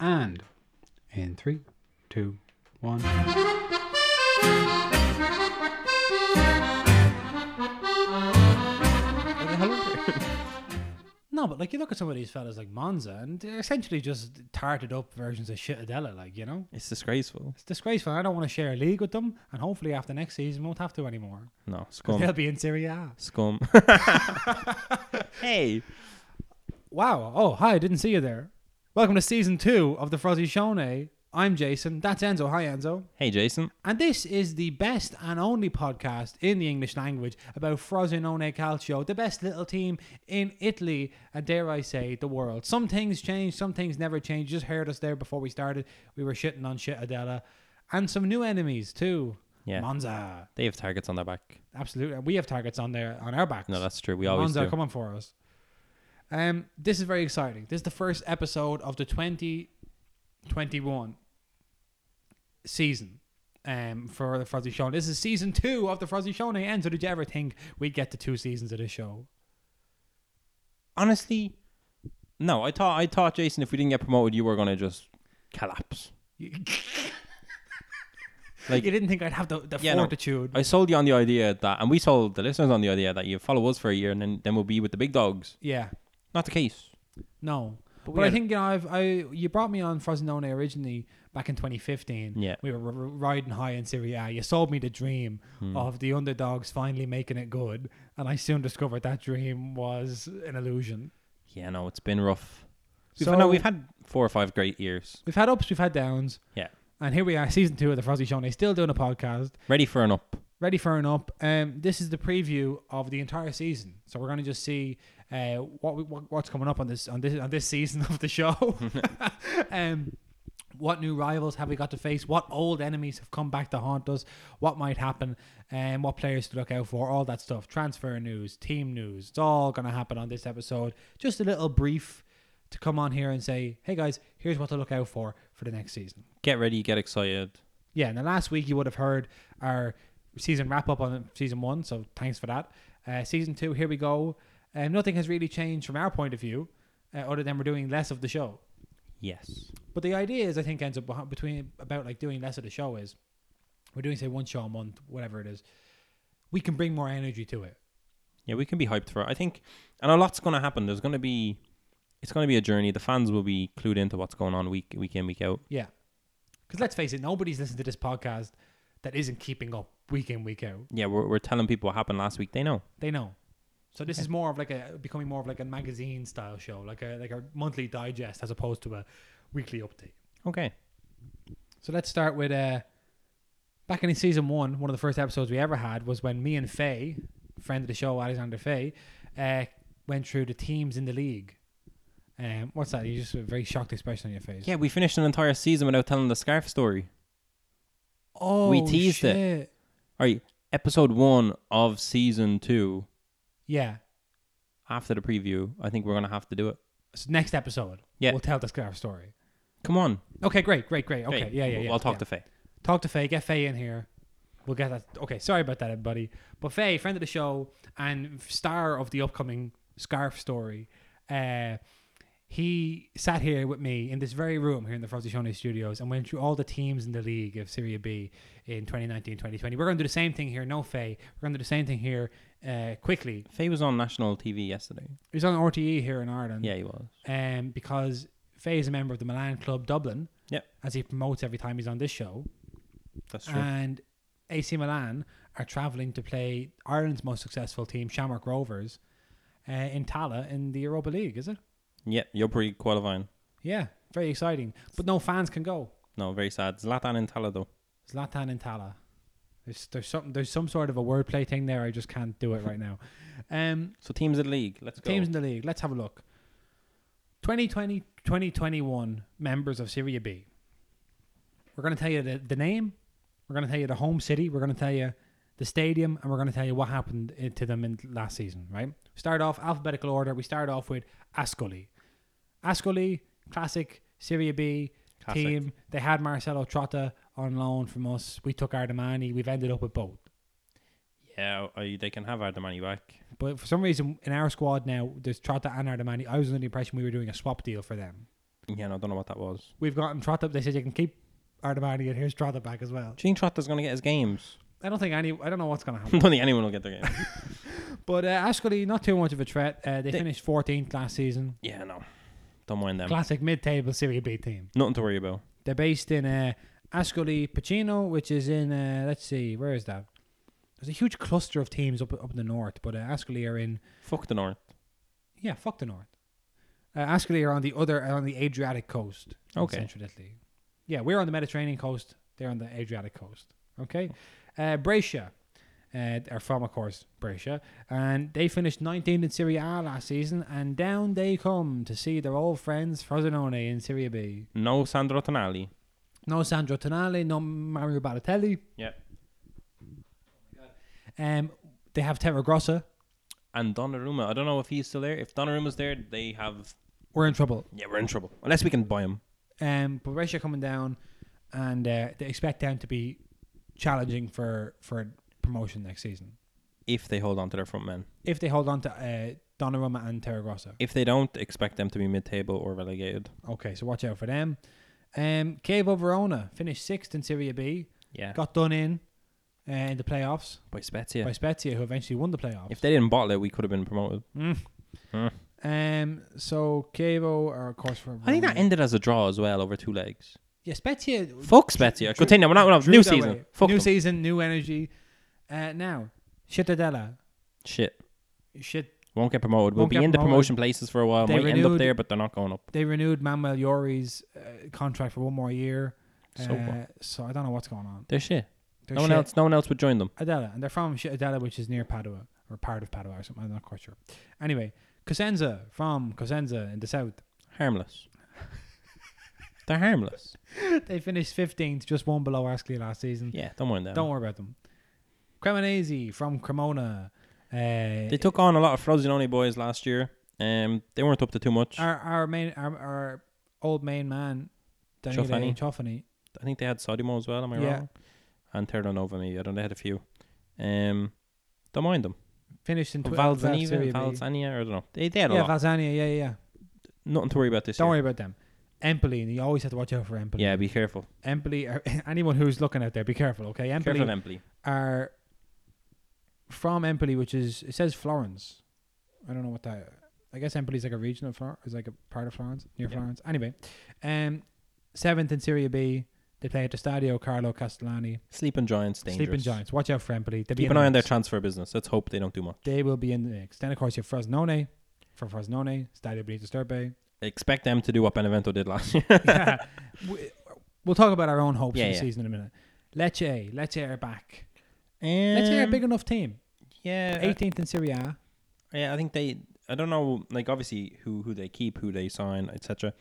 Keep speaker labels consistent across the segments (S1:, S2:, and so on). S1: and in three, two, one.
S2: No, but like you look at some of these fellas like Monza, and they're essentially just tarted up versions of Shitadella, like you know.
S3: It's disgraceful.
S2: It's disgraceful. I don't want to share a league with them, and hopefully after next season, we won't have to anymore.
S3: No,
S2: 'Cause
S3: scum.
S2: They'll be in Serie A.
S3: Scum. hey.
S2: Wow. Oh, hi. I didn't see you there. Welcome to season two of the Frozzy Shone. I'm Jason. That's Enzo. Hi, Enzo.
S3: Hey, Jason.
S2: And this is the best and only podcast in the English language about Frosinone Calcio, the best little team in Italy, and dare I say, the world. Some things change, some things never change. You just heard us there before we started. We were shitting on Shitadella. And some new enemies, too.
S3: Yeah.
S2: Monza.
S3: They have targets on their back.
S2: Absolutely. We have targets on there on our backs.
S3: No, that's true. We always
S2: Monza are
S3: do.
S2: coming for us. Um, this is very exciting. This is the first episode of the 2021 season um, for the Frozzy Show. This is season two of the Frozzy Show. And so, did you ever think we'd get to two seasons of this show?
S3: Honestly, no. I thought I thought Jason, if we didn't get promoted, you were gonna just collapse.
S2: You,
S3: Like-
S2: you didn't think I'd have the, the
S3: Yeah, no.
S2: fortitude.
S3: I sold you on the idea that, and we sold the listeners on the idea that you follow us for a year and then, then we'll be with the big dogs.
S2: yeah.
S3: Not the case.
S2: No. But,
S3: we
S2: I
S3: had-
S2: think you know I've, I you brought me on Frosinone originally back in 2015.
S3: Yeah.
S2: we were r- r- riding high in Serie A. You sold me the dream
S3: Hmm.
S2: of the underdogs finally making it good, and I soon discovered that dream was an illusion.
S3: Yeah, no, it's been rough. We've,
S2: So-
S3: no, we've had four or five great years.
S2: We've had ups, we've had downs,
S3: Yeah,
S2: and here we are, season two of the Frozzy Show. and they're still doing a podcast,
S3: ready for an up.
S2: ready for an up. Um, this is the preview of the entire season, so we're gonna just see uh what, we, what what's coming up on this on this on this season of the show. um, what new rivals have we got to face? What old enemies have come back to haunt us? What might happen? And what players to look out for? All that stuff. Transfer news, team news. It's all gonna happen on this episode. Just a little brief to come on here and say, hey guys, here's what to look out for for the next season.
S3: Get ready, get excited.
S2: Yeah, and the last week you would have heard our season wrap up on season one, so thanks for that. Uh, season two, here we go. Um, nothing has really changed from our point of view, uh, other than we're doing less of the show.
S3: Yes.
S2: But the idea is, I think, ends up behi- between about like doing less of the show is we're doing say one show a month, whatever it is. We can bring more energy to it.
S3: Yeah, we can be hyped for it. I think, and a lot's going to happen. There's going to be, it's going to be a journey. The fans will be clued into what's going on week week in week out.
S2: Yeah, because let's face it, nobody's listening to this podcast that isn't keeping up week in week out.
S3: Yeah, we're we're telling people what happened last week. They know.
S2: They know. So this is more of like a becoming more of like a magazine style show, like a like a monthly digest as opposed to a weekly update.
S3: Okay.
S2: So let's start with uh back in season one, one of the first episodes we ever had was when me and Faye, friend of the show, Alexander Faye, uh, went through the teams in the league. Um, what's that? You just have a very shocked expression on your face.
S3: Yeah, we finished an entire season without telling the scarf story.
S2: Oh,
S3: We teased it.
S2: shit.
S3: All right, episode one of season two.
S2: Yeah.
S3: After the preview, I think we're going to have to do it.
S2: So next episode,
S3: Yeah.
S2: we'll tell the scarf story.
S3: Come on.
S2: Okay, great, great, great. Okay,
S3: Faye.
S2: yeah, yeah,
S3: We'll-
S2: yeah.
S3: I'll talk
S2: yeah.
S3: to Faye.
S2: talk to Faye, get Faye in here. We'll get that. Okay, sorry about that, everybody. But Faye, friend of the show and star of the upcoming Scarf Story, uh, he sat here with me in this very room here in the Frozzione Studios and went through all the teams in the league of Serie B in 2019 2020. We're going to do the same thing here. No, Faye. We're going to do the same thing here uh, quickly.
S3: Faye was on national TV yesterday.
S2: He's on RTE here in Ireland
S3: Yeah, he was.
S2: um, because Faye is a member of the Milan Club Dublin,
S3: Yep.
S2: as he promotes every time he's on this show.
S3: That's
S2: And AC Milan are travelling to play Ireland's most successful team, Shamrock Rovers, uh, in Tala in the Europa League, is it?
S3: Yep, you're pretty qualifying.
S2: Yeah, very exciting. But no fans can go.
S3: No, very sad. Zlatan and Tala, though.
S2: Zlatan in Tala. There's, there's something there's some sort of a wordplay thing there. I just can't do it right now. Um,
S3: So teams in the league. Let's go.
S2: teams in the league. Let's have a look. 2020 2021 members of Serie B. We're going to tell you the, the name, we're going to tell you the home city, we're going to tell you the stadium, and we're going to tell you what happened i- to them in last season, right? Start off alphabetical order. We start off with Ascoli. Ascoli, classic Serie B
S3: Classic.
S2: team. They had Marcelo Trotta on loan from us. We took Ardemani. We've ended up with both.
S3: Yeah, I, they can have Ardemani back.
S2: But for some reason, in our squad now, there's Trotta and Ardemani. I was under the impression we were doing a swap deal for them.
S3: Yeah, no, I don't know what that was.
S2: We've gotten Trotha. They said you can keep Artemani, and here's Trotha back as well.
S3: Gene Trotta's going to get his games.
S2: I don't think any. I don't know what's going to
S3: I
S2: happen.
S3: don't think anyone will get their games.
S2: but uh, Ascoli, not too much of a threat. Uh, they,
S3: They-
S2: finished 14th last season.
S3: yeah, no. Don't mind them.
S2: Classic mid-table Serie B team.
S3: Nothing to worry about.
S2: They're based in uh, Ascoli Pacino, which is in uh, let's see, where is that? There's a huge cluster of teams up up in the north, but uh, Ascoli are in
S3: Fuck the North.
S2: yeah, fuck the north. Uh, Ascoli are on the other uh, on the Adriatic coast. in
S3: Okay.
S2: Central Italy. Yeah, we're on the Mediterranean coast. They're on the Adriatic coast. Okay, uh, Brescia. Uh, are from of course Brescia, and they finished 19th in Serie A last season, and down they come to see their old friends Frosinone in Serie B.
S3: No Sandro Tonali.
S2: No Sandro Tonali, no Mario Balotelli.
S3: Yeah.
S2: Um, they have Terra Grossa.
S3: And Donnarumma. I don't know if he's still there. If Donnarumma's there, they have.
S2: We're in trouble.
S3: Yeah, we're in trouble. Unless we can buy him.
S2: Um, but Brescia coming down, and uh, they expect them to be challenging for for promotion next season
S3: If they hold on to their front men.
S2: if they hold on to uh, Donnarumma and Terra Grossa.
S3: If they don't, expect them to be mid table or relegated.
S2: Okay, so watch out for them. Um, Cabo Verona finished sixth in Serie B,
S3: Yeah.
S2: got done in uh, in the playoffs
S3: By Spezia.
S2: by Spezia, who eventually won the playoffs.
S3: If they didn't bottle it, we could have been promoted.
S2: Mm.
S3: Huh.
S2: Um, so Cabo are of course for.
S3: I think that
S2: Verona.
S3: ended as a draw as well over two legs.
S2: yeah Spezia
S3: Fuck Spezia.
S2: Drew-
S3: Continue. We're not. We're not
S2: Drew
S3: new
S2: that
S3: season.
S2: way.
S3: Fuck
S2: new
S3: them.
S2: season, new energy. Uh, now, Cittadella.
S3: Shit.
S2: Shit,
S3: Won't get promoted. We'll
S2: Won't
S3: be
S2: get
S3: in the
S2: promoted.
S3: promotion places for a while.
S2: They
S3: Might end
S2: renewed-
S3: up there, but they're not going up.
S2: they renewed Manuel Yori's uh, contract for one more year. Uh,
S3: So what?
S2: so I don't know what's going on.
S3: They're shit.
S2: They're
S3: no one
S2: shit.
S3: else. No one else would join them.
S2: Adela, and they're from Cittadella, which is near Padua or part of Padua or something. I'm not quite sure. Anyway, Cosenza from Cosenza in the south.
S3: Harmless. they're harmless.
S2: they finished 15th, just one below Ascoli last season.
S3: Yeah. Don't mind them.
S2: Don't worry about them. Cremonese from Cremona. Uh,
S3: They took on a lot of Frosinone boys last year. Um, they weren't up to too much.
S2: our our main our, our old main man Daniele
S3: Ciofani.
S2: Ciofani.
S3: I think they had Sodimo as well. Am I
S2: Yeah.
S3: wrong? And Terranova maybe. I don't. know. They had a few. Um, don't mind them.
S2: finished in tw-
S3: Valzaniva,
S2: Serie B.
S3: Valzania. I don't know. They, they had a
S2: Yeah,
S3: lot.
S2: Valzania. Yeah, yeah, yeah.
S3: Nothing to worry about this
S2: Don't
S3: year.
S2: worry about them. Empoli, and you always have to watch out for Empoli.
S3: Yeah, be careful.
S2: Empoli. Are, anyone who's looking out there, be careful. Okay, Empoli
S3: Careful, Empoli.
S2: are from Empoli, which is it says Florence. I don't know what that. I guess Empoli's like a region of Florence, is like a part of Florence, near
S3: Yeah.
S2: Florence. Anyway, um, seventh in Serie B, they play at the Stadio Carlo Castellani.
S3: Sleeping Giants, dangerous.
S2: Sleeping Giants, watch out for Empoli. They'll be
S3: Keep
S2: in
S3: an
S2: the
S3: eye on their
S2: mix.
S3: transfer business. Let's hope they don't do much.
S2: They will be in the mix. Then of course you have Frosinone, for Frosinone, Stadio Benito Sturbe.
S3: Expect them to do what Benevento did last year.
S2: yeah. we, we'll talk about our own hopes
S3: Yeah,
S2: for the
S3: yeah.
S2: season in a minute. Lecce, Lecce are back.
S3: Let's
S2: Lecce are a big enough team.
S3: yeah, I-
S2: 18th in Serie A.
S3: yeah. I think they. I don't know. Like obviously, who who they keep, who they sign, etc.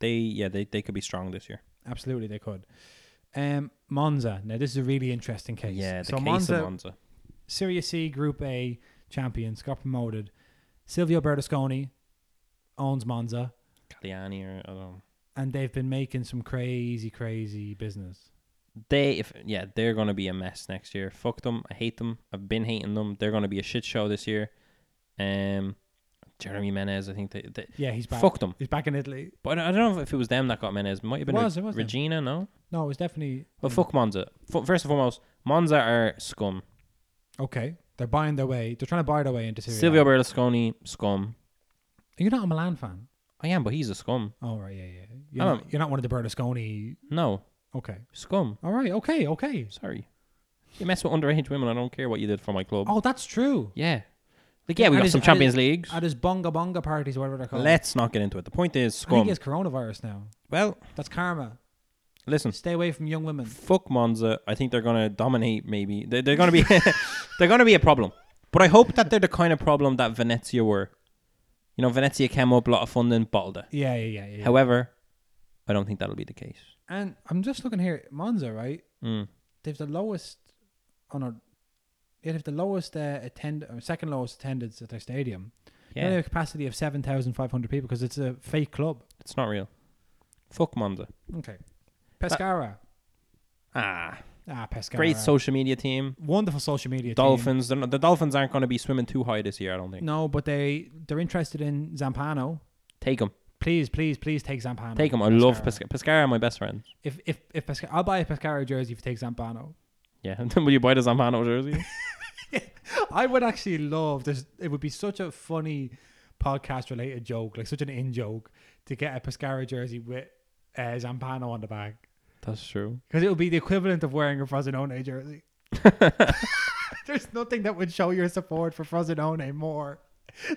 S3: They yeah, they they could be strong this year.
S2: Absolutely, they could. Um, Monza. Now, this is a really interesting case.
S3: Yeah, the
S2: so
S3: case
S2: Monza,
S3: of Monza.
S2: Serie C Group A champions got promoted. Silvio Berlusconi owns Monza,
S3: Galliani or I don't know.
S2: and they've been making some crazy, crazy business.
S3: They if yeah, they're gonna be a mess next year. Fuck them. I hate them. I've been hating them. They're gonna be a shit show this year. Um, Jeremy Menez. I think they, they
S2: Yeah, he's back.
S3: fuck them.
S2: He's back in Italy.
S3: But I don't know if it was them that got Menez. Might have been
S2: It was, it was them.
S3: Regina. No.
S2: No, it was definitely.
S3: Well, fuck Monza. F- first and foremost, Monza are scum.
S2: Okay, they're buying their way. They're trying to buy their way into Serie. A.
S3: Silvio Berlusconi, scum.
S2: You're not a Milan fan.
S3: I am, but he's a scum.
S2: Oh right, yeah, yeah. You're,
S3: I'm a-
S2: not, you're not one of the Berlusconi.
S3: No,
S2: Okay.
S3: scum.
S2: All right. Okay. Okay.
S3: Sorry. You mess with underage women. I don't care what you did for my club.
S2: Oh, that's true.
S3: Yeah. Like, yeah,
S2: And
S3: we got
S2: his-
S3: some
S2: and
S3: Champions
S2: his-
S3: Leagues.
S2: At his bonga bonga parties, whatever they're called.
S3: Let's not get into it. The point is,
S2: I think
S3: scum.
S2: he has coronavirus now.
S3: Well,
S2: That's karma.
S3: listen.
S2: Stay away from young women.
S3: Fuck Monza. I think they're gonna dominate. Maybe they're, they're gonna be they're gonna be a problem. But I hope that they're the kind of problem that Venezia were. You know, Venezia came up, a lot of funding, bottled it.
S2: Yeah, yeah, yeah, yeah.
S3: However, I don't think that'll be the case.
S2: and I'm just looking here, Monza, right?
S3: Mm.
S2: They've the lowest on a they have the lowest uh, attend or second lowest attendance at their stadium. They only
S3: Yeah,
S2: have a capacity of seven thousand five hundred people because it's a fake club.
S3: it's not real. Fuck Monza.
S2: Okay. Pescara.
S3: Ah,
S2: ah, Pescara.
S3: great social media team.
S2: wonderful social media. team.
S3: Dolphins. They're not, the Dolphins aren't going to be swimming too high this year. I don't think.
S2: No, but they they're interested in Zampano.
S3: Take 'em. Take them.
S2: Please, please, please take Zampano.
S3: Take him. I
S2: Pescara.
S3: love Pescara. Pescara, are my best friend.
S2: If if if Pescara, I'll buy a Pescara jersey if you take Zampano.
S3: Yeah. Will you buy the Zampano jersey?
S2: I would actually love this. It would be such a funny podcast related joke, like such an in joke, to get a Pescara jersey with uh, Zampano on the back.
S3: That's true.
S2: Because it would be the equivalent of wearing a Frosinone jersey. There's nothing that would show your support for Frosinone more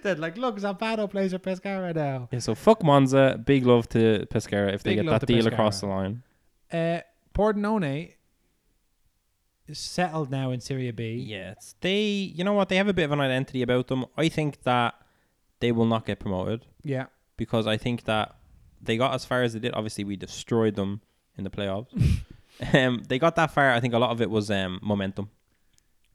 S2: than like, look, Zampano plays for Pescara now.
S3: Yeah. So fuck Monza. Big love to Pescara if they
S2: Big
S3: get
S2: love
S3: that
S2: to
S3: deal across
S2: Pescara.
S3: the line.
S2: Uh, Pordenone is settled now in Serie B.
S3: Yeah. It's, they. You know what? They have a bit of an identity about them. I think that they will not get promoted
S2: Yeah.
S3: because I think that they got as far as they did. Obviously, we destroyed them in the playoffs. um, they got that far. I think a lot of it was um, momentum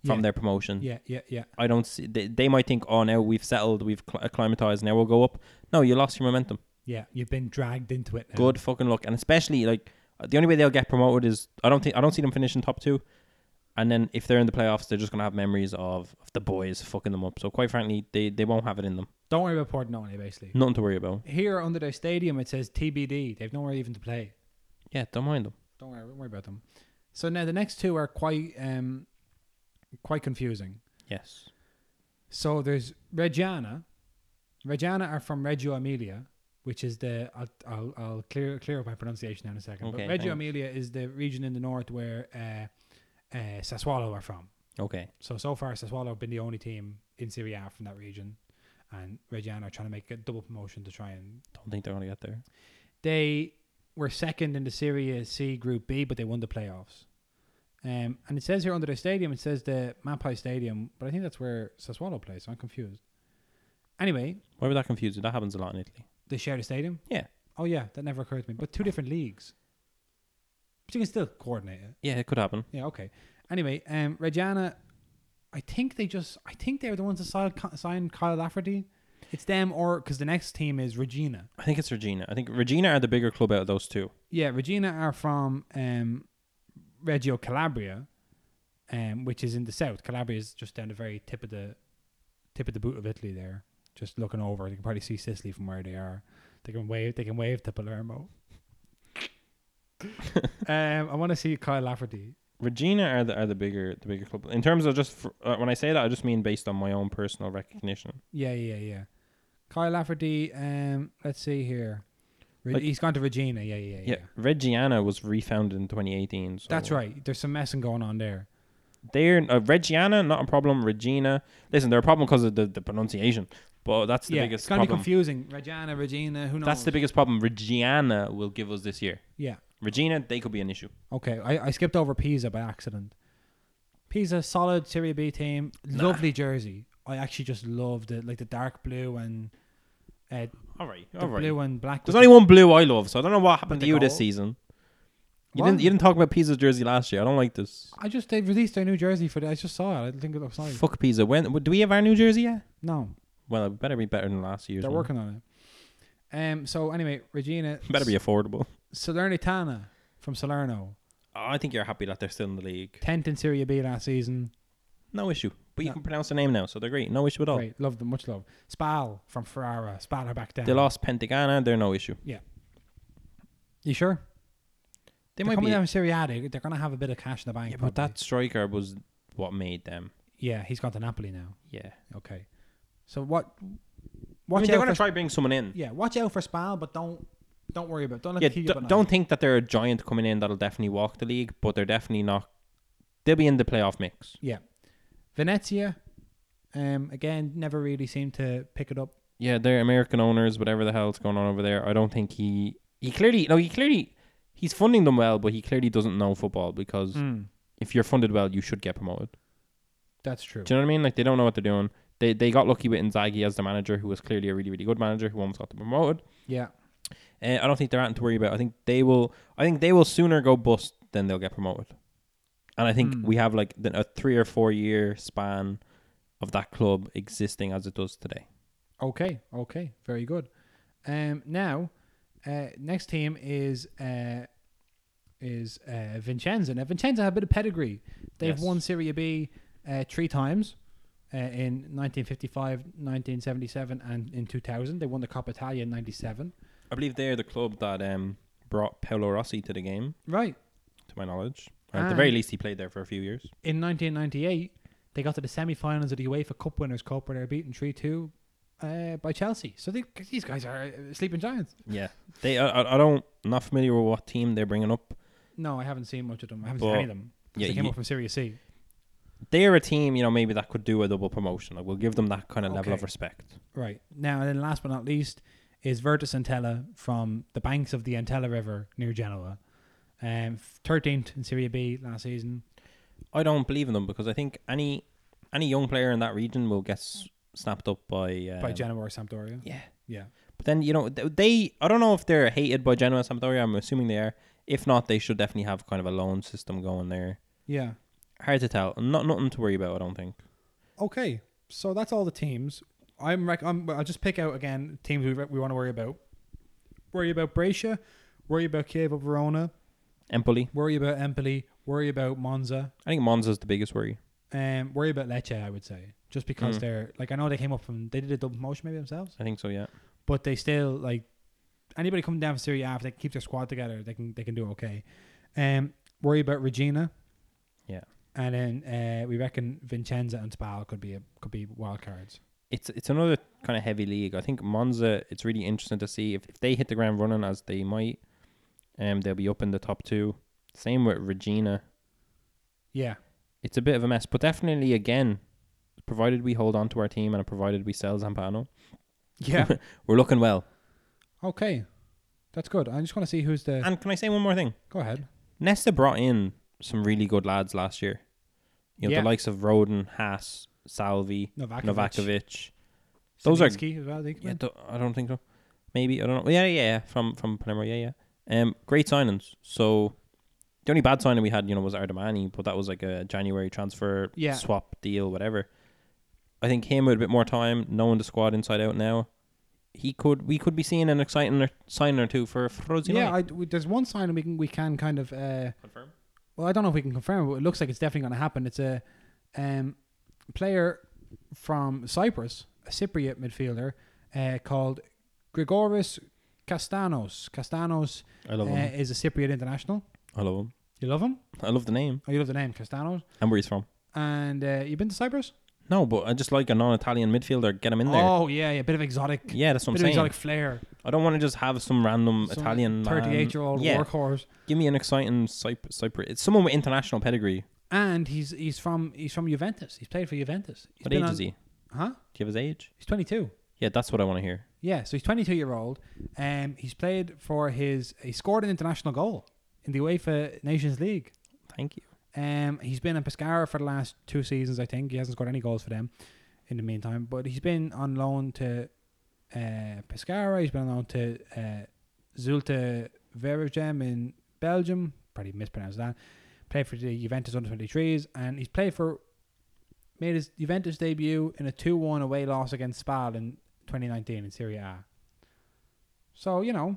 S3: from
S2: Yeah.
S3: their promotion.
S2: Yeah, yeah, yeah.
S3: I don't see. They, they might think, oh, now we've settled, we've cl- acclimatized, now we'll go up. No, you lost your momentum.
S2: Yeah, you've been dragged into it now.
S3: Good fucking luck, and especially like the only way they'll get promoted is I don't think I don't see them finishing top two, and then if they're in the playoffs, they're just gonna have memories of, of the boys fucking them up. So quite frankly, they they won't have it in them.
S2: Don't worry about Pordenone, basically.
S3: Nothing to worry about.
S2: Here under their stadium, it says TBD. They've nowhere even to play.
S3: Yeah, don't mind them.
S2: Don't worry, don't worry about them. So now the next two are quite, um, quite confusing.
S3: Yes.
S2: So there's Reggiana. Reggiana are from Reggio Emilia, which is the I'll I'll, I'll clear clear up my pronunciation in a second.
S3: Okay,
S2: but Reggio
S3: thanks.
S2: Emilia is the region in the north where uh, uh, Sassuolo are from.
S3: Okay.
S2: So so far Sassuolo have been the only team in Serie A from that region, and Reggiana are trying to make a double promotion to try and
S3: Don't think they're gonna get there.
S2: they were second in the Serie C Group B, but they won the playoffs. Um, and it says here under the stadium, it says the Mapai Stadium, but I think that's where Sassuolo plays. So I'm confused. Anyway,
S3: Why would that confuse you? That happens a lot in Italy.
S2: they share the stadium.
S3: Yeah.
S2: Oh yeah, that never occurred to me. But two different leagues, but you can still coordinate it.
S3: Yeah, it could happen.
S2: Yeah. Okay. Anyway, um, Reggiana, I think they just, I think they're the ones that signed, signed Kyle Lafferty. It's them or because the next team is Regina.
S3: I think it's Regina. I think Regina are the bigger club out of those two.
S2: Yeah, Regina are from um, Reggio Calabria, um, which is in the south. Calabria is just down the very tip of the tip of the boot of Italy. There, just looking over, you can probably see Sicily from where they are. They can wave. They can wave to Palermo. um, I want to see Kyle Lafferty.
S3: Regina are the are the bigger the bigger club in terms of just fr uh, when I say that I just mean based on my own personal recognition.
S2: Yeah, yeah, yeah. Kyle Lafferty. Um, let's see here. Re-
S3: Like-
S2: he's gone to Regina. Yeah, yeah, yeah.
S3: Yeah, Reggiana was refounded in 2018. So
S2: That's right. There's some messing going on there.
S3: They're uh, Reggiana, not a problem. Regina, listen, they're a problem because of the, the pronunciation, but that's the
S2: yeah,
S3: biggest
S2: it's gonna be
S3: problem.
S2: confusing. Regina, Regina. Who knows?
S3: That's the biggest problem. Reggiana will give us this year.
S2: Yeah.
S3: Regina, they could be an issue.
S2: Okay, I, I skipped over Pisa by accident. Pisa, solid Serie B team, lovely jersey. I actually just loved it, like the dark blue and uh,
S3: All right,
S2: the
S3: all right.
S2: blue and black.
S3: There's
S2: with
S3: only one blue I love, so I don't know what happened
S2: the
S3: to you this
S2: goal.
S3: season. You
S2: What?
S3: didn't you didn't talk about Pisa's jersey last year. I don't like this.
S2: the- I just they released their new jersey for. The, I just saw it. I think it looks nice.
S3: Fuck Pisa. When do we have our new jersey yet?
S2: No,
S3: Well, it better be better than last year's.
S2: they're
S3: one.
S2: working on it. Um. So anyway, Regina
S3: Better be affordable. Oh,
S2: Salernitana from Salerno,
S3: I think you're happy that they're still in the league.
S2: tenth in Serie B last season.
S3: No issue. But you
S2: No.
S3: can pronounce the name now, so they're great. No issue at all.
S2: Great, love them, much love. Spal from Ferrara, Spal are back down.
S3: They lost Pentagana. They're no issue.
S2: You sure?
S3: They
S2: are
S3: might
S2: coming
S3: be.
S2: down in Serie A. They- They're gonna have a bit of cash in the bank.
S3: yeah, but
S2: probably.
S3: that striker was what made them.
S2: Yeah, he's gone to Napoli now.
S3: Yeah.
S2: Okay. So what?
S3: I
S2: Watch
S3: mean, they're
S2: out
S3: going
S2: for
S3: to try bring someone in.
S2: yeah. Watch out for Spal, but don't don't worry about. It. Don't let
S3: Yeah,
S2: it keep
S3: d-
S2: you up at night.
S3: don't think that they're a giant coming in that'll definitely walk the league, but they're definitely not. They'll be in the playoff mix.
S2: Yeah, Venezia. Um, again, never really seemed to pick it up.
S3: Yeah, they're American owners, whatever the hell's going on over there. I don't think he. He clearly. No, he clearly. He's funding them well, but he clearly doesn't know football because
S2: Mm.
S3: if you're funded well, you should get promoted.
S2: That's true.
S3: Do you know what I mean? Like they don't know what they're doing. They they got lucky with Inzaghi as the manager, who was clearly a really really good manager, who almost got them promoted.
S2: yeah,
S3: Uh, I don't think they're anything to worry about. I think they will. I think they will sooner go bust than they'll get promoted. And I think
S2: Hmm.
S3: we have like the, a three or four year span of that club existing as it does today.
S2: Okay, okay, very good. Um, now, uh, next team is uh, is uh, Vincenza. Now, Vincenza have a bit of pedigree. They've
S3: Yes.
S2: won Serie B uh, three times. Uh, in 1955, 1977, and in 2000, they won the Coppa Italia in 97.
S3: I believe they're the club that um, brought Paolo Rossi to the game,
S2: Right.
S3: to my knowledge. Or
S2: Ah.
S3: at the very least, he played there for a few years.
S2: In 1998, they got to the semi-finals of the UEFA Cup Winners' Cup, where they were beaten three-two uh, by Chelsea. So they, these guys are uh, sleeping giants.
S3: Yeah, they. I, I- I don't. I'm not familiar with what team they're bringing up.
S2: No, I haven't seen much of them. I haven't
S3: But-
S2: seen any of them. 'Cause
S3: yeah,
S2: they came
S3: you-
S2: up from Serie C.
S3: They're a team, you know, maybe that could do a double promotion. Like we'll give them that kind of level
S2: Okay.
S3: of respect.
S2: Right. Now, and then last but not least is Virtus Entella from the banks of the Entella River near Genoa. Um, 13th in Serie B last season.
S3: I don't believe in them because I think any any young player in that region will get s- snapped up by um,
S2: by Genoa or Sampdoria.
S3: Yeah,
S2: Yeah.
S3: but then you know th- they. I don't know if they're hated by Genoa and Sampdoria. I'm assuming they are. If not, they should definitely have kind of a loan system going there.
S2: Yeah.
S3: Hard to tell. Not nothing to worry about. I don't think.
S2: Okay. So that's all the teams. I'm, rec- I'm I'll just pick out again teams we, re- we want to worry about. Worry about Brescia, worry about Chievo Verona,
S3: Empoli.
S2: worry about Empoli, worry about Monza,
S3: I think Monza's the biggest worry.
S2: um, worry about Lecce, I would say. Just because
S3: Mm.
S2: they're like I know they came up from they did a double promotion maybe themselves.
S3: I think so. Yeah.
S2: but they still like anybody coming down from Serie A if they keep their squad together, they can they can do okay. Um, worry about Regina.
S3: Yeah.
S2: And then uh, we reckon Vincenza and Spal could be a, could be wild cards.
S3: it's it's another kind of heavy league. I think Monza. It's really interesting to see if, if they hit the ground running as they might. Um, they'll be up in the top two. Same with Regina.
S2: Yeah.
S3: It's a bit of a mess, but definitely again, provided we hold on to our team and provided we sell Zampano,
S2: Yeah.
S3: we're looking well.
S2: okay. That's good. I just want to see who's the.
S3: And can I say one more thing?
S2: Go ahead.
S3: Nesta brought in some really good lads last year. You know
S2: Yeah.
S3: the likes of Roden, Haas, Salvi,
S2: Novakovic.
S3: Novakovic. Those are-
S2: Zelinski as well. They
S3: Yeah, th- I don't think so. Maybe I don't know. Yeah, yeah, yeah. From from Palermo, yeah, yeah. Um, great signings. So the only bad signing we had, you know, was Ardemani, but that was like a January transfer
S2: Yeah.
S3: swap deal, whatever. I think him with a bit more time, knowing the squad inside out now, he could we could be seeing an exciting or, signing or two for Frosinone.
S2: yeah I, we, there's one sign we can we can kind of. Uh,
S3: confirm.
S2: well, I don't know if we can confirm, it, but it looks like it's definitely going to happen. It's a um, player from Cyprus, a Cypriot midfielder uh, called Grigoris Castanos. Castanos
S3: I
S2: uh,
S3: love him.
S2: is a Cypriot international.
S3: I love him.
S2: You love him?
S3: I love the name
S2: Oh, you love the name Castanos.
S3: and where he's from.
S2: And uh, you've been to Cyprus?
S3: No, but I just like a non-Italian midfielder. Get him in there.
S2: Oh yeah, yeah, bit of exotic,
S3: yeah, that's what I'm
S2: bit of
S3: saying.
S2: exotic flair.
S3: I don't want to just have some random
S2: Some
S3: Italian man-
S2: thirty-eight-year-old
S3: Yeah,
S2: workhorse.
S3: Give me an exciting Cyprus. Cyprus. It's someone with international pedigree.
S2: And he's he's from he's from Juventus. He's played for Juventus. He's
S3: What
S2: been
S3: age
S2: on-
S3: is he?
S2: Huh?
S3: Do you have his age?
S2: He's twenty-two.
S3: Yeah, that's what I want to hear.
S2: Yeah, so he's 22 year old. Um, he's played for his. He scored an international goal in the UEFA Nations League.
S3: Thank you.
S2: Um, he's been in Pescara for the last two seasons, I think. He hasn't scored any goals for them in the meantime, but he's been on loan to uh, Pescara. He's been on loan to uh, Zulte Vergem in Belgium. Probably mispronounced that. Played for the Juventus under 23s, and he's played for. Made his Juventus debut in a 2 1 away loss against Spal in 2019 in Serie A. So, you know,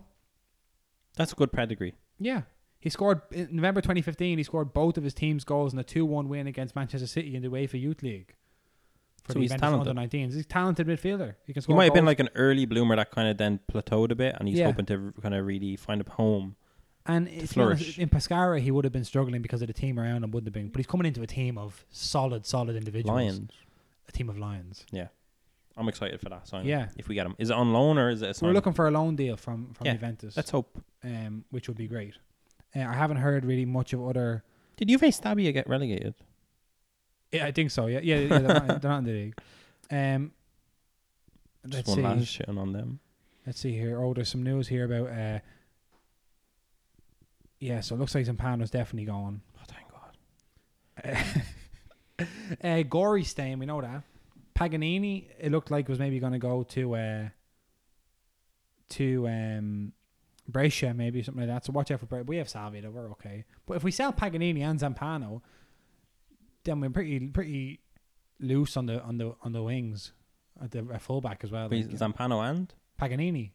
S3: That's a good pedigree.
S2: yeah. He scored in November 2015. He scored both of his team's goals in a 2-1 win against Manchester City in the UEFA Youth League. For
S3: So
S2: the
S3: he's
S2: Juventus
S3: talented.
S2: Under 19s, he's a talented midfielder. He can
S3: He
S2: score.
S3: might have been
S2: goals.
S3: like an early bloomer that kind of then plateaued a bit, and he's
S2: Yeah.
S3: hoping to kind of really find a home.
S2: and it's
S3: flourish.
S2: in Pescara he would have been struggling because of the team around him wouldn't have been. But he's coming into a team of solid, solid individuals.
S3: Lions.
S2: a team of lions.
S3: I'm excited for that sign.
S2: Yeah.
S3: If we get him, is it on loan or is it a sign?
S2: We're looking for a loan deal from from
S3: Yeah,
S2: Juventus,
S3: Let's hope.
S2: um, which would be great. Uh, I haven't heard really much of other.
S3: Did Juve Stabia get relegated?
S2: Yeah, I think so. Yeah, yeah, yeah they're, not, they're not in the league. Um,
S3: Just
S2: let's
S3: one
S2: see.
S3: last shitting on them.
S2: Let's see here. Oh, there's some news here about. Uh, yeah, so it looks like Zampano's definitely gone.
S3: Oh, thank God.
S2: Uh, Gory stain, we know that. Paganini, it looked like was maybe going to go to uh, to um, Brescia, maybe something like that. So watch out for Brescia. We have Salvia, though, we're okay. But if we sell Paganini and Zampano, then we're pretty pretty loose on the on the on the wings at the at fullback as well.
S3: Wait,
S2: Like,
S3: Zampano and
S2: Paganini,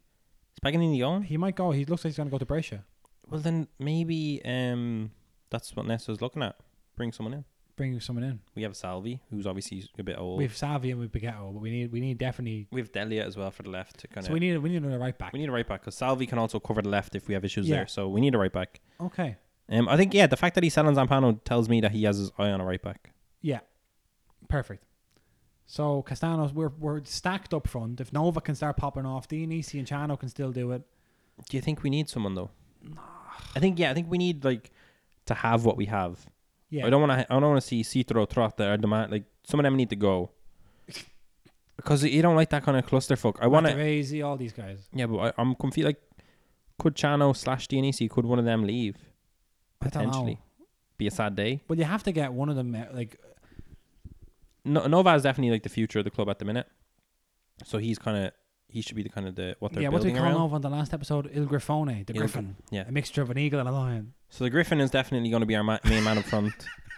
S3: is Paganini gone?
S2: he might go. He looks like he's going to go to Brescia.
S3: Well, then maybe um, that's what Nesta's looking at. Bring someone in.
S2: bring someone in.
S3: We have Salvi, who's obviously a bit old.
S2: We have Savi and we have Bagetto, but we need we need definitely.
S3: We have Delia as well for the left to kind of.
S2: So we need we need another right back.
S3: We need a right back because Salvi can also cover the left if we have issues
S2: Yeah.
S3: there. So we need a right back.
S2: okay.
S3: Um, I think yeah, the fact that he's selling Zampano tells me that he has his eye on a right back.
S2: Yeah, perfect. So Castanos, we're we're stacked up front. If Nova can start popping off, Dinisi and Chano can still do it.
S3: Do you think we need someone though? I think yeah, I think we need like to have what we have.
S2: Yeah,
S3: I don't want to. I don't want to see Citro Trot there. Demand like some of them need to go because you don't like that kind of clusterfuck. I want to.
S2: crazy all these guys.
S3: Yeah, but I, I'm confused. Like, could Chano slash DNEC, could one of them leave?
S2: I don't know.
S3: Potentially. Be a sad day.
S2: But you have to get one of them. uh, Like
S3: No, Nova is definitely like the future of the club at the minute. So he's kind of he should be the kind of the what they're
S2: yeah, what do we
S3: building
S2: call
S3: around.
S2: Nova on the last episode? Il Griffone, the
S3: Il-
S2: Griffin.
S3: yeah.
S2: a mixture of an eagle and a lion.
S3: So the Griffin is definitely going to be our ma- main man up front.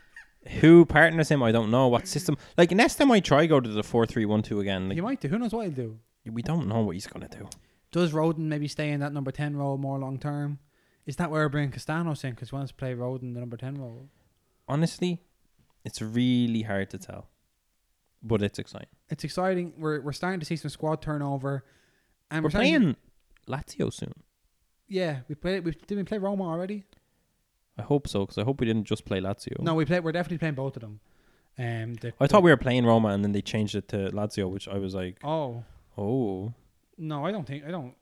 S3: Who partners him? I don't know. What system? Like next time I try go to the four three one two again. Like
S2: he might do. Who knows what he'll do?
S3: we don't know what he's gonna do.
S2: Does Roden maybe stay in that number ten role more long term? Is that where we're bringing Castanos in? Because he wants to play Roden the number ten role.
S3: Honestly, it's really hard to tell, but it's exciting.
S2: It's exciting. We're we're starting to see some squad turnover, and
S3: We're
S2: starting-
S3: playing Lazio soon.
S2: Yeah, we played. We did we play Roma already?
S3: I hope so because I hope we didn't just play Lazio.
S2: No, we played. We're definitely playing both of them. Um, the,
S3: I thought we were playing Roma and then they changed it to Lazio, which I was like,
S2: Oh
S3: oh,
S2: no, I don't think I don't.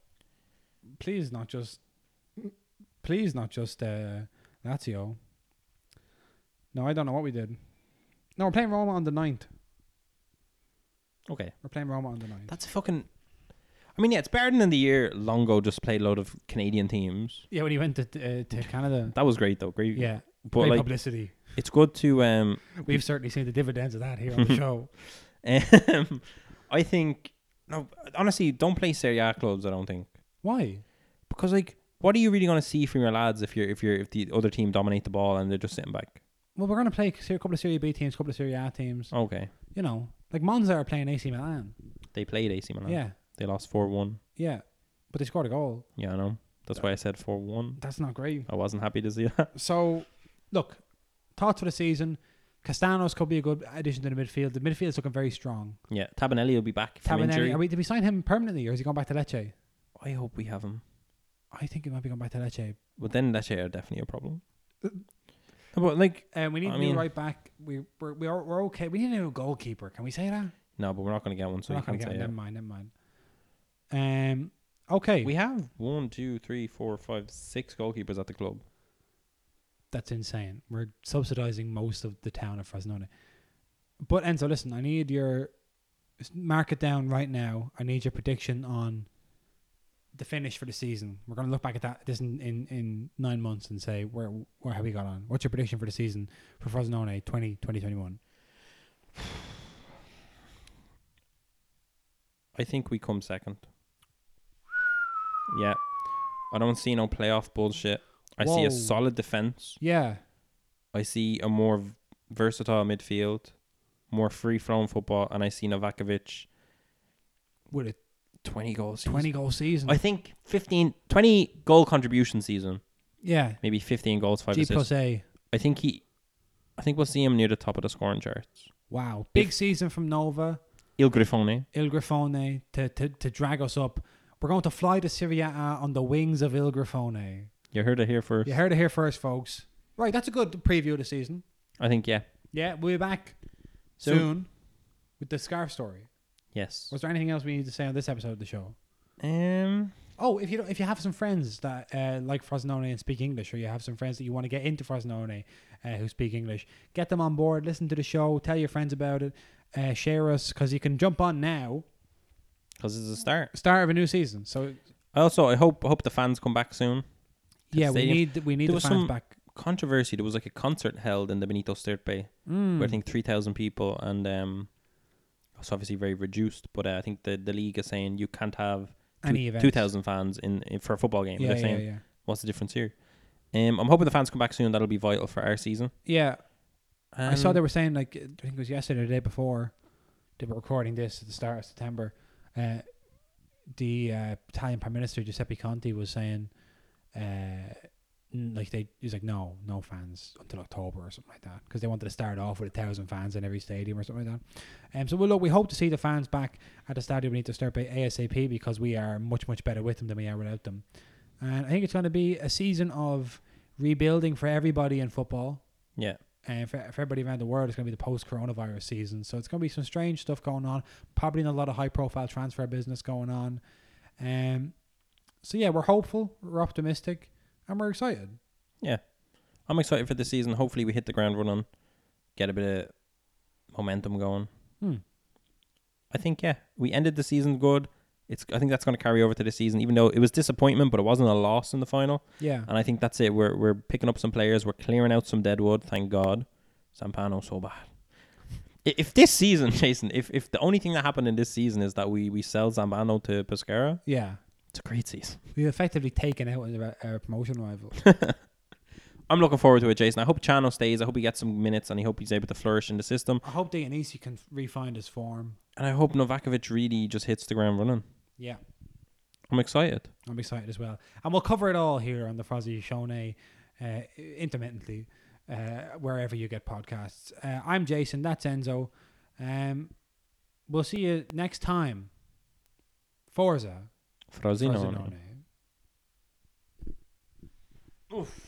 S2: Please not just. Please not just uh, Lazio. No, I don't know what we did. No, we're playing Roma on the 9th.
S3: okay,
S2: We're playing Roma on the 9th.
S3: that's fucking. I mean, yeah, it's better than the year Longo just played a load of Canadian teams.
S2: Yeah, when he went to uh, to Canada.
S3: That was great though, great.
S2: Yeah,
S3: but
S2: great
S3: like,
S2: publicity.
S3: it's good to. Um,
S2: We've certainly seen the dividends of that here on the show.
S3: um, I think no, honestly, don't play Serie A clubs. I don't think
S2: Why?
S3: because like, what are you really gonna see from your lads if you're if you're if the other team dominate the ball and they're just sitting back?
S2: Well, we're gonna play a couple of Serie B teams, a couple of Serie A teams.
S3: Okay,
S2: You know, like Monza are playing AC Milan.
S3: they played AC Milan.
S2: Yeah,
S3: they lost four one.
S2: yeah, but they scored a goal.
S3: Yeah, I know. That's why I said four one.
S2: That's not great.
S3: I wasn't happy to see that.
S2: So, look, thoughts for the season. Castanos could be a good addition to the midfield. The midfield's looking very strong.
S3: Yeah, Tabanelli will be back from
S2: Tabanelli,
S3: injury.
S2: are we, did we sign him permanently or is he going back to Lecce?
S3: I hope we have him.
S2: I think he might be going back to Lecce.
S3: But then that shit are definitely a problem. No, but like,
S2: Um, we need
S3: I
S2: a new
S3: mean-
S2: right back. We, we're, we're, we're okay. We need a new goalkeeper. Can we say that?
S3: no, but we're not going to get one, so
S2: we're
S3: we
S2: not going
S3: can't
S2: to get
S3: say
S2: him.
S3: it.
S2: Never mind, never mind. Um, okay.
S3: We have one, two, three, four, five, six goalkeepers at the club.
S2: That's insane. We're subsidizing most of the town of Fresnone. But Enzo, listen, I need your just mark it down right now. I need your prediction on the finish for the season. We're going to look back at that this in, in, in nine months and say where where have we got on? What's your prediction for the season for Fresnone 20, 2021?
S3: I think we come second. Yeah, I don't see no playoff bullshit. I see
S2: Whoa.
S3: a solid defense.
S2: Yeah,
S3: I see a more v- versatile midfield, more free flowing football, and I see Novakovic
S2: with a
S3: twenty goals. season.
S2: twenty goal season.
S3: I think 15, 20 goal contribution season.
S2: yeah,
S3: Maybe fifteen goals, five
S2: G
S3: assists.
S2: plus A.
S3: I think he, I think we'll see him near the top of the scoring charts.
S2: Wow, big
S3: If-
S2: season from Nova.
S3: Il Grifone.
S2: Il Grifone to, to, to drag us up. We're going to fly to Syria uh, on the wings of Il Grifone.
S3: You heard it here first.
S2: You heard it here first, folks. Right, that's a good preview of the season.
S3: I think yeah.
S2: Yeah, we'll be back
S3: Soon.
S2: soon, with the scarf story.
S3: Yes.
S2: Was there anything else we need to say on this episode of the show?
S3: Um.
S2: Oh, if you don't, if you have some friends that uh, like Frosinone and speak English, or you have some friends that you want to get into Frosinone uh, who speak English, get them on board. Listen to the show. Tell your friends about it. Uh, share us because you can jump on now.
S3: Because it's a start.
S2: Start of a new season. So
S3: I Also, I hope I hope the fans come back soon. the
S2: yeah, we
S3: stadium.
S2: need we need
S3: There
S2: the
S3: was
S2: fans
S3: some-
S2: back.
S3: Controversy. There was like a concert held in the Benito Stirpe
S2: Mm.
S3: where I think three thousand people, and um, it's obviously very reduced. But uh, I think the the league is saying you can't have
S2: any event.
S3: two thousand fans in, in for a football game.
S2: Yeah,
S3: They're
S2: yeah,
S3: saying
S2: yeah.
S3: what's the difference here? Um, I'm hoping the fans come back soon. That'll be vital for our season.
S2: Yeah, I saw
S3: Um,
S2: they were saying like I think it was yesterday, or the day before, they were recording this at the start of September. Uh, the uh, Italian Prime Minister Giuseppe Conte was saying, uh, n- like they he's like no no fans until October or something like that because they wanted to start off with a thousand fans in every stadium or something like that. Um, so well look, we hope to see the fans back at the stadium. We need to start by ASAP because we are much much better with them than we are without them. And I think it's going to be a season of rebuilding for everybody in football.
S3: Yeah.
S2: And for, for everybody around the world, it's going to be the post coronavirus season. So it's going to be some strange stuff going on. Probably not a lot of high profile transfer business going on. Um, so yeah, we're hopeful, we're optimistic, and we're excited.
S3: I'm excited for the season. Hopefully, we hit the ground running, get a bit of momentum going.
S2: Hmm.
S3: I think yeah, we ended the season good. It's I think that's going to carry over to the season, even though it was disappointment, but it wasn't a loss in the final.
S2: Yeah.
S3: And I think that's it. We're we're picking up some players. We're clearing out some deadwood. Thank God. Sampano so bad. I- If this season, Jason, if, if the only thing that happened in this season is that we, we sell Zambano to Pescara,
S2: Yeah.
S3: it's a great season.
S2: We've effectively taken out our, our promotion rival.
S3: I'm looking forward to it, Jason. I hope Chano stays. I hope he gets some minutes and I hope he's able to flourish in the system.
S2: I hope Dianisi can refine his form.
S3: And I hope Novakovic really just hits the ground running.
S2: Yeah.
S3: I'm excited.
S2: I'm excited as well. And we'll cover it all here on the Fuzzy Shone uh, intermittently, uh, wherever you get podcasts. Uh, I'm Jason. That's Enzo. Um, we'll see you next time. Forza.
S3: Frosinone.
S2: Frosinone. Oof.